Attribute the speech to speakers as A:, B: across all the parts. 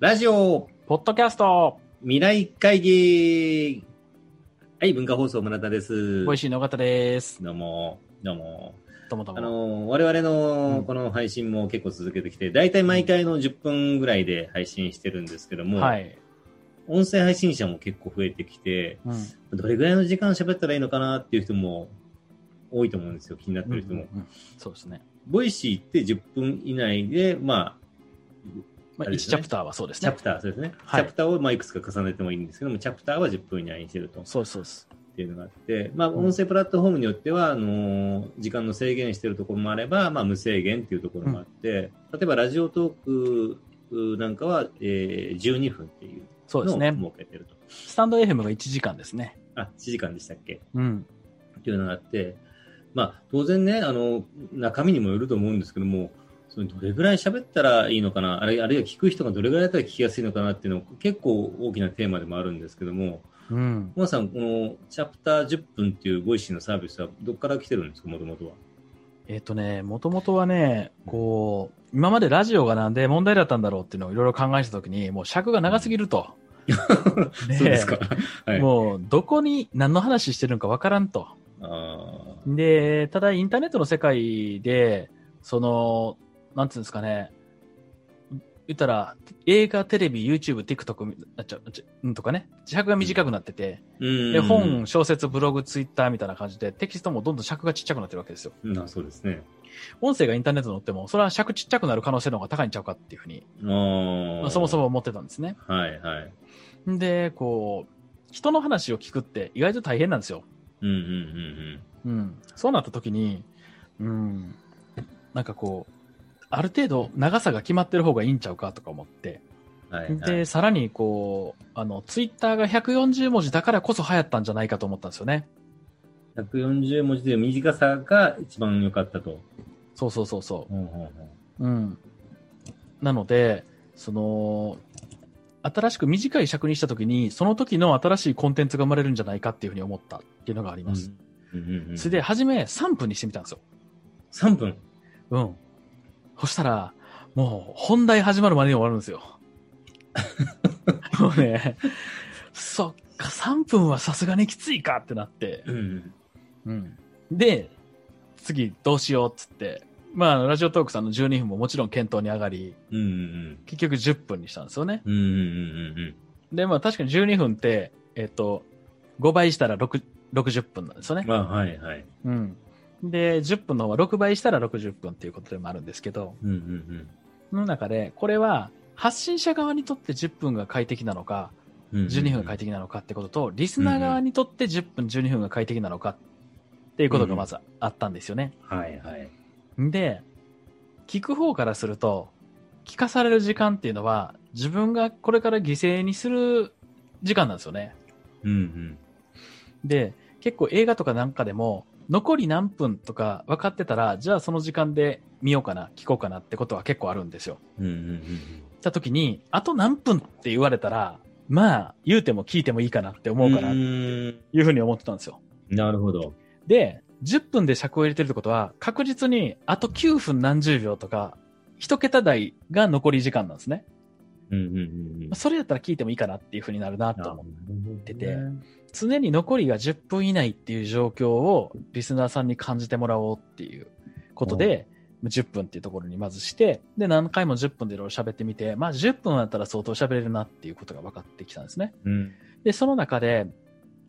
A: ラジオ
B: ポッドキャスト、
A: 未来会議はい、文化放送村田です。
B: 美味しい野方です。
A: どうも、どうも。
B: ともと
A: あ
B: も。
A: の、我々
B: う
A: の
B: ん
A: この配信も結構続けてきて、だいたい毎回の10分ぐらいで配信してるんですけども、
B: はい。
A: 音声配信者も結構増えてきて、
B: うん。
A: どれぐらいの時間喋ったらいいのかなっていう人も多いと思うんですよ、気になって
B: うんう
A: る人も。
B: んそうですね。
A: ボイシーって10分以内で、まあ、
B: ま
A: あれ
B: あ、1
A: です
B: チ
A: ね
B: ャプターはそうです
A: チャ
B: ね
A: プ。ター、そうですね。
B: はい
A: チャプターをまあいくつか重ねてもいいんですけども、チャプターは10分以内にしてると。
B: そうです、そうです。
A: っていうのがあって、まあ、
B: うん
A: 音声プラットフォームによっては、あのー時間の制限してるところもあれば、まあ、無制限っていうところもあって、例えばラジオトークうなんかは、えー12分っていう
B: そうで
A: の
B: す
A: を
B: ね
A: 設。けてると。
B: スタンド FM が1時間ですね。
A: あ、1時間でしたっけ
B: うん。
A: っていうのがあって、まあ、当然ね、あの、中身にもよると思うんですけども、そのどれぐらい喋ったらいいのかな、あるいあるいは聞く人がどれぐらいだったら聞きやすいのかなっていうの結構大きなテーマでもあるんですけども、
B: うん。
A: 皆さん、このチャプター10分っていうボイシーのサービスはどっから来てるんですか、もともとは。
B: えっ、とね、もともとはね、こう、今までラジオがなんで問題だったんだろうっていうのをいろいろ考えたときに、もう尺が長すぎると。ね
A: そうですか。はい。
B: もう、どこに何の話してるのかわからんと。
A: あ
B: で、ただインターネットの世界で、その、なんつうんですかね、言ったら、映画、テレビ、YouTube、TikTok あちょちょうんとかね、尺が短くなってて、
A: ー
B: で
A: うん。
B: 本、小説、ブログ、Twitter みたいな感じで、テキストもどんどん尺がちっちゃくなってるわけですよ。
A: なそうですね。
B: 音声がインターネットに載っても、それは尺ちっちゃくなる可能性の方が高いんちゃうかっていうふうに、
A: あー
B: まあそもそも。思ってたんですね。
A: はいはい。
B: で、こう、人の話を聞くって意外と大変なんですよ。
A: うんうんうん
B: うん、そうなった時に、うん、なんかこう、ある程度長さが決まってる方がいいんちゃうかとか思って、
A: うん。はい、はい。
B: で、さらにこう、あの、ツイッターが140文字だからこそ流行ったんじゃないかと思ったんですよね。
A: 140文字で短さが一番良かったと。
B: そうそうそうそ
A: うんうんうん
B: う。うん。なので、その、新しく短い尺にした時に、その時の新しいコンテンツが生まれるんじゃないかっていうふうに思ったっていうのがあります。
A: うんうんうん
B: それで、初め3分にしてみたんですよ。
A: 3分。
B: うん。そしたら、もう本題始まるまでに終わるんですよ。もうね、そっか、3分はさすがにきついかってなって。
A: うん。
B: うん。で、次どうしようっつって、まああの、ラジオトークさんの12分ももちろん検討に上がり、
A: うんうん
B: 結局10分にしたんですよね。
A: うん。うんうんうん
B: で、まあ確かに12分って、えっと、5倍したら6 60分なんですよ
A: うん。
B: ね。
A: まあ、はいはい。
B: うん。で、10分の方は6倍したら60分っていうことでもあるんですけど、
A: うんうん
B: の中で、これは発信者側にとって10分が快適なのか、
A: うん。うん
B: 12分が快適なのかってことと、リスナー側にとって10分、12分が快適なのかっていうことがまずあったんですよね。
A: はいはい。
B: で、聞く方からすると、聞かされる時間っていうのは、自分がこれから犠牲にする時間なんですよね。
A: うん
B: で、結構映画とかなんかでも、残り何分とか分かってたら、じゃあその時間で見ようかな、聞こうかなってことは結構あるんですよ。
A: うん。うんうん
B: った時に、あと何分って言われたら、まあ、言うても聞いてもいいかなって
A: うん。
B: 思うかな、
A: う
B: い
A: ーん
B: うふうに思ってたんですよ。
A: なるほど。
B: で、10分で尺を入れてるってことは、確実にあと9分何十秒とか、一桁台が残り時間なんですね。
A: うんうんうんうん。
B: それやったら聞いてもいいかなっていうふうになるなと思う。
A: 出
B: てて常に残りが10分以内っていう状況をリスナーさんに感じてもらおうっていうことで、10分っていうところにまずして、で、何回も10分でいろいろ喋ってみて、まあ10分だったら相当喋れるなっていうことが分かってきたんですね。
A: うん。
B: で、その中で、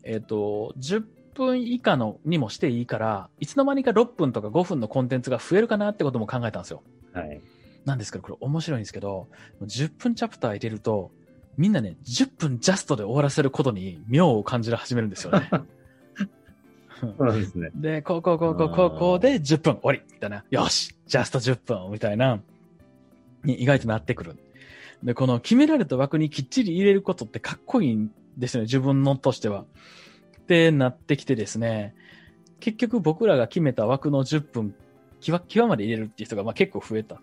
B: えっ、と、10分以下のにもしていいから、いつの間にか6分とか5分のコンテンツが増えるかなってことも考えたんですよ。
A: はい。
B: なんですけど、これ面白いんですけど、10分チャプター入れると、みんなね、10分ジャストで終わらせることに妙を感じ始めるんですよね。
A: そうなんですね。
B: で、こうこうこうこうこうこうで10分終わりみたいな。よしジャスト10分みたいな。に意外となってくる。で、この決められた枠にきっちり入れることってかっこいいんですよね。自分のとしては。ってなってきてですね。結局僕らが決めた枠の10分、際、際まで入れるっていう人がまあ結構増えた。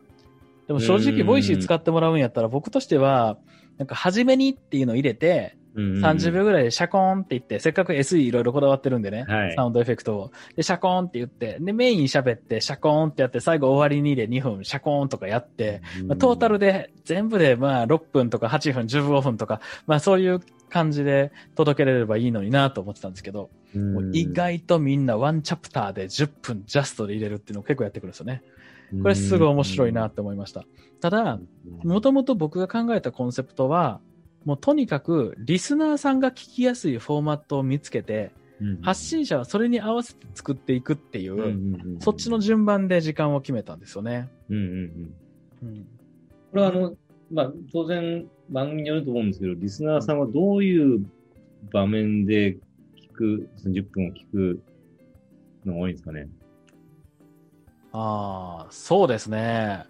B: でも正
A: うー
B: 直、
A: ん
B: ボイシー使ってもらうんやったら僕としては、なんか初めにっていうのを入れて、
A: うんうん
B: 30秒ぐらいでシャコーンって言って、せっかく SE いろいろこだわってるんでね、
A: はい
B: サウンドエフェクトを。で、シャコーンって言って、で、メイン喋って、シャコーンってやって、最後終わりにで2分シャコーンとかやって、まあ、トータルで全部でまあ6分とか8分、15分とか、まあそういう感じで届けれればいいのになと思ってたんですけど、もう意外とみんなワンチャプターで10分ジャストで入れるっていうのを結構やってくるんですよね。これすごい面白いなって思いました。ただ、もともと僕が考えたコンセプトは、もうとにかくリスナーさんが聞きやすいフォーマットを見つけて、発信者はそれに合わせて作っていくっていう、そっちの順番で時間を決めたんですよね。
A: うんうんうん
B: うん、
A: これはあの、まあ、当然番組によると思うんですけど、リスナーさんはどういう場面で聞く、その10分を聞くのが多いんですかね。
B: ああ、そうですね。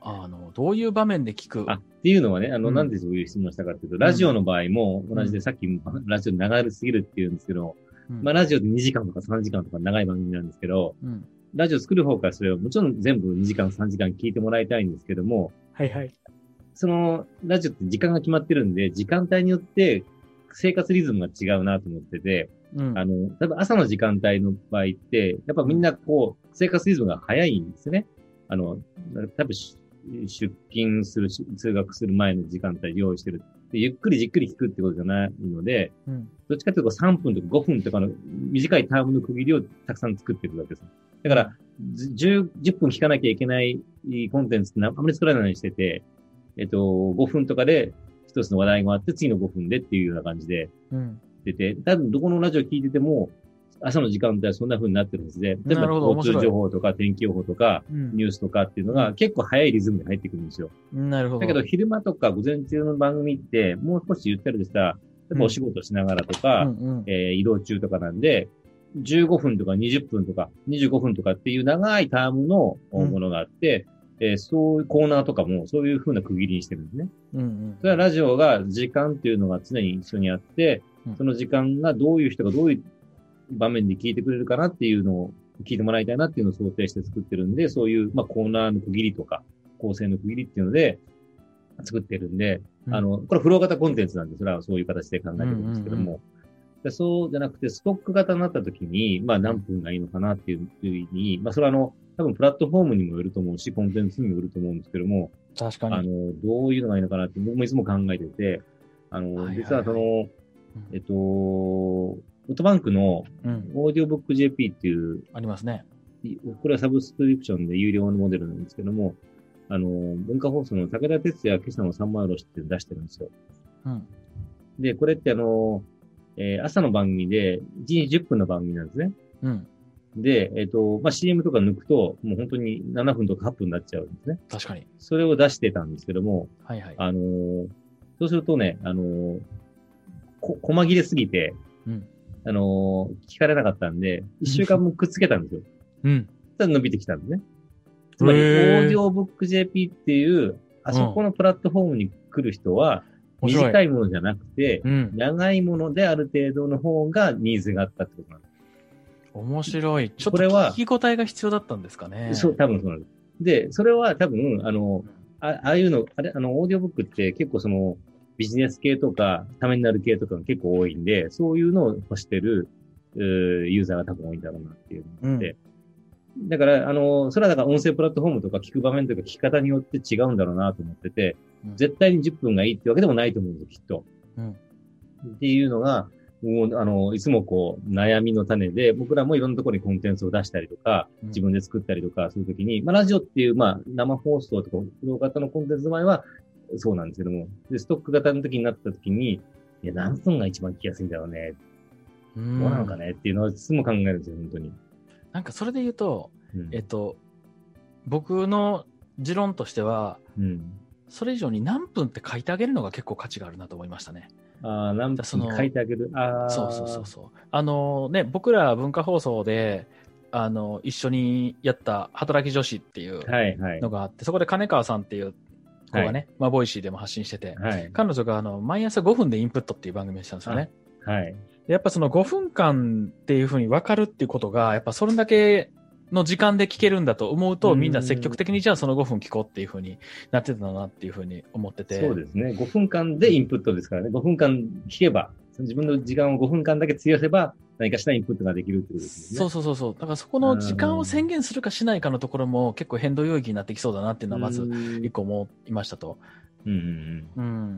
B: あの、どういう場面で聞く
A: あ、っていうのはね、あの、
B: うん
A: なんでそういう質問したかっていうと、ラジオの場合も 同じで、さっきラジオ流れすぎるっていうんですけど、
B: うん
A: まあ、ラジオで2時間とか3時間とか長い番組なんですけど、
B: うん
A: ラジオ作る方からすれば、もちろん全部2時間3時間聞いてもらいたいんですけども、
B: はいはい。
A: その、ラジオって時間が決まってるんで、時間帯によって生活リズムが違うなと思ってて、
B: うん
A: あの、多分朝の時間帯の場合って、やっぱみんなこう、生活リズムが早いんですね。あの、多分し出勤するし、通学する前の時間帯用意してる。でゆっくりじっくり聞くってことじゃないので、
B: うん
A: どっちかというと3分とか5分とかの短いタームの区切りをたくさん作っていくわけです。だから、じ 10, 10分聞かなきゃいけないコンテンツってあんまり作らないようにしてて、えっと、5分とかで一つの話題があって、次の5分でっていうような感じで、
B: うん
A: 出て、多分どこのラジオ聞いてても、朝の時間帯はそんな風になってるはずで、例え
B: な
A: ば
B: るほど
A: 交通情報とか天気予報とか、
B: うん
A: ニュースとかっていうのが結構早いリズムで入ってくるんですよ。
B: なるほど。
A: だけど昼間とか午前中の番組って、もう少しゆったりとした、例えばお仕事しながらと
B: う
A: か、
B: んうん
A: えー移動中とかなんで、15分とか20分とか25分とかっていう長いタームの
B: うん
A: ものがあって、えーそういうコーナーとかもそういう風な区切りにしてるんですね。
B: うんうん
A: それはラジオが時間っていうのが常に一緒にあって
B: うん、
A: その時間がどういう人がどういう場面で聞いてくれるかなっていうのを聞いてもらいたいなっていうのを想定して作ってるんで、そういう、まあ、コーナーの区切りとか、構成の区切りっていうので作ってるんで、
B: うん
A: あの、これフロー型コンテンツなんで、それはそういう形で考えてるんですけど
B: うんうん
A: も、でそうじゃなくて、ストック型になった時に、まあ何分がいいのかなっていうふうに、まあそれはあの、多分プラットフォームにもよると思うし、コンテンツにもよると思うんですけども、
B: 確か
A: あ
B: に。
A: の、どういうのがいいのかなって、僕もいつも考えてて、あの、
B: はいはいはい
A: 実はその、
B: うん
A: えっと、オートバンクの
B: うん
A: オーディオブック JP っていう、
B: ありますね。
A: いこれはサブスクリプションで有料のモデルなんですけども、あの、文化放送の武田鉄矢今朝の三枚おろしっていうの出してるんですよ。
B: うん
A: で、これってあの、えー朝の番組で、1日10分の番組なんですね。
B: うん
A: で、えっ、と、まあ、CM とか抜くと、もう本当に7分とか8分になっちゃうんですね。
B: 確かに。
A: それを出してたんですけども、
B: はいはい。
A: あのーそうするとね、あのーこ、細切れすぎて、
B: うん
A: あのー聞かれなかったんで、一週間もくっつけたんで すよ。
B: うん。
A: ただ伸びてきたんですね。つまり、オ
B: へー
A: ーディオブック JP っていう、あそこのプラットフォームに来る人は、
B: 面白い
A: 短いものじゃなくて、
B: うん。
A: 長いものである程度の方がニーズがあったってことなんで
B: 面白い。ちょっと
A: これは
B: 聞き応えが必要だったんですかね。
A: す。そう、多分そうなんです。で、それは多分、あの
B: う、
A: あああいうの、あれ、あの、オーディオブックって結構その、ビジネス系とか、ためになる系とかが結構多いんで、そういうのを欲してる、うーユーザーが多分多いんだろうなっていう。
B: ん。
A: でだから、あの、それはだから音声プラットフォームとか聞く場面とか聞き方によって違うんだろうなと思ってて、
B: うん
A: 絶対に10分がいいってわけでもないと思うんですよ、きっと。
B: うん
A: っていうのが、もう、あの、いつもこう、悩みの種で、僕らもいろんなところにコンテンツを出したりとか、
B: うん
A: 自分で作ったりとかするときに、まあ、ラジオっていう、まあ、生放送とか、プロ型のコンテンツの場合は、そうなんですけども、で、ストック型の時になった時に、いや、何分が一番聞きやすいんだろうね、
B: うん
A: どうなのかねっていうのをいつも考えるんですよ、本当に。
B: なんかそれで言うと、
A: うん
B: えっと、僕の持論としては、
A: うん。
B: それ以上に何分って書いてあげるのが結構価値があるなと思いましたね。
A: ああ、何
B: だその
A: 分書いてあげる。ああ。
B: そうそうそうそう。あのね、僕ら文化放送で、あの、一緒にやった働き女子っていう
A: はいはい。
B: のがあって、そこで金川さんっていう子がね、
A: は
B: まあ、ボイシーでも発信してて、
A: はい。
B: 彼女があの、毎朝5分でインプットっていう番組をしたんですよね。
A: はい。
B: でやっぱその5分間っていうふうに分かるっていうことが、やっぱそれだけの時間で聞けるんだと思うと、
A: うん
B: みんな積極的にじゃあその5分聞こうっていうふうになってたなっていうふうに思ってて。
A: そうですね。5分間でインプットですからね。5分間聞けば、その自分の時間を5分間だけ費やせば、何かしらインプットができるってことです
B: そ
A: よ
B: う
A: ね。
B: そうそうそう。だからそこの時間を宣言するかしないかのところも結構変動要因になってきそうだなっていうのはまず
A: うん
B: 一個思いましたと。
A: うんうんうん
B: うん。